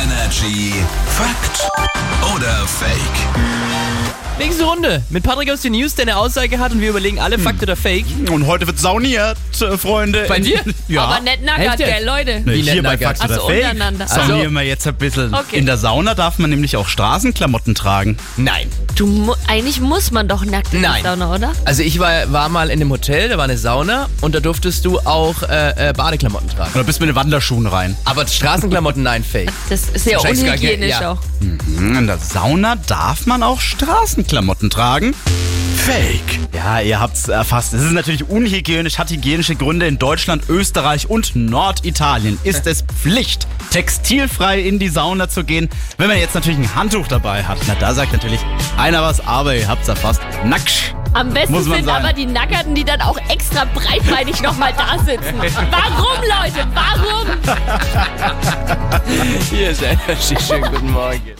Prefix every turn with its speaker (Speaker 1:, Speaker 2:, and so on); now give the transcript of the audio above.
Speaker 1: Energy Fakt oder Fake?
Speaker 2: Nächste Runde mit Patrick aus den News, der eine Aussage hat und wir überlegen alle Fakt oder Fake.
Speaker 3: Und heute wird sauniert, äh, Freunde.
Speaker 2: Bei dir?
Speaker 3: Ja.
Speaker 4: Aber nicht nackert,
Speaker 2: Echt jetzt?
Speaker 4: gell, Leute?
Speaker 3: Nee, hier bei
Speaker 2: Lennart
Speaker 3: Fakt
Speaker 4: Ach
Speaker 3: oder
Speaker 4: so,
Speaker 3: Fake
Speaker 4: untereinander. Also-
Speaker 3: saunieren wir jetzt ein bisschen.
Speaker 4: Okay.
Speaker 3: In der Sauna darf man nämlich auch Straßenklamotten tragen.
Speaker 2: Nein.
Speaker 4: Du, mu- eigentlich muss man doch nackt in die
Speaker 2: Nein.
Speaker 4: Sauna, oder?
Speaker 2: Also ich war, war mal in einem Hotel, da war eine Sauna und da durftest du auch äh, äh, Badeklamotten tragen.
Speaker 3: Und da bist du mit den Wanderschuhen rein.
Speaker 2: Aber Straßenklamotten, nein, Fake.
Speaker 4: Das ist ja
Speaker 2: Wahrscheinlich gar kein-
Speaker 4: unhygienisch
Speaker 2: ja.
Speaker 4: auch.
Speaker 3: Mhm, In der Sauna darf man auch Straßenklamotten tragen.
Speaker 1: Fake.
Speaker 3: Ja, ihr habt's erfasst. Es ist natürlich unhygienisch, hat hygienische Gründe. In Deutschland, Österreich und Norditalien ist es Pflicht, textilfrei in die Sauna zu gehen. Wenn man jetzt natürlich ein Handtuch dabei hat, na da sagt natürlich einer was, aber ihr habt's erfasst. Nacksch.
Speaker 4: Am besten
Speaker 3: Muss man
Speaker 4: sind
Speaker 3: sagen.
Speaker 4: aber die Nackerten, die dann auch extra breitbeinig nochmal da sitzen. Warum, Leute? Warum?
Speaker 2: Hier ist Energy, schönen guten Morgen.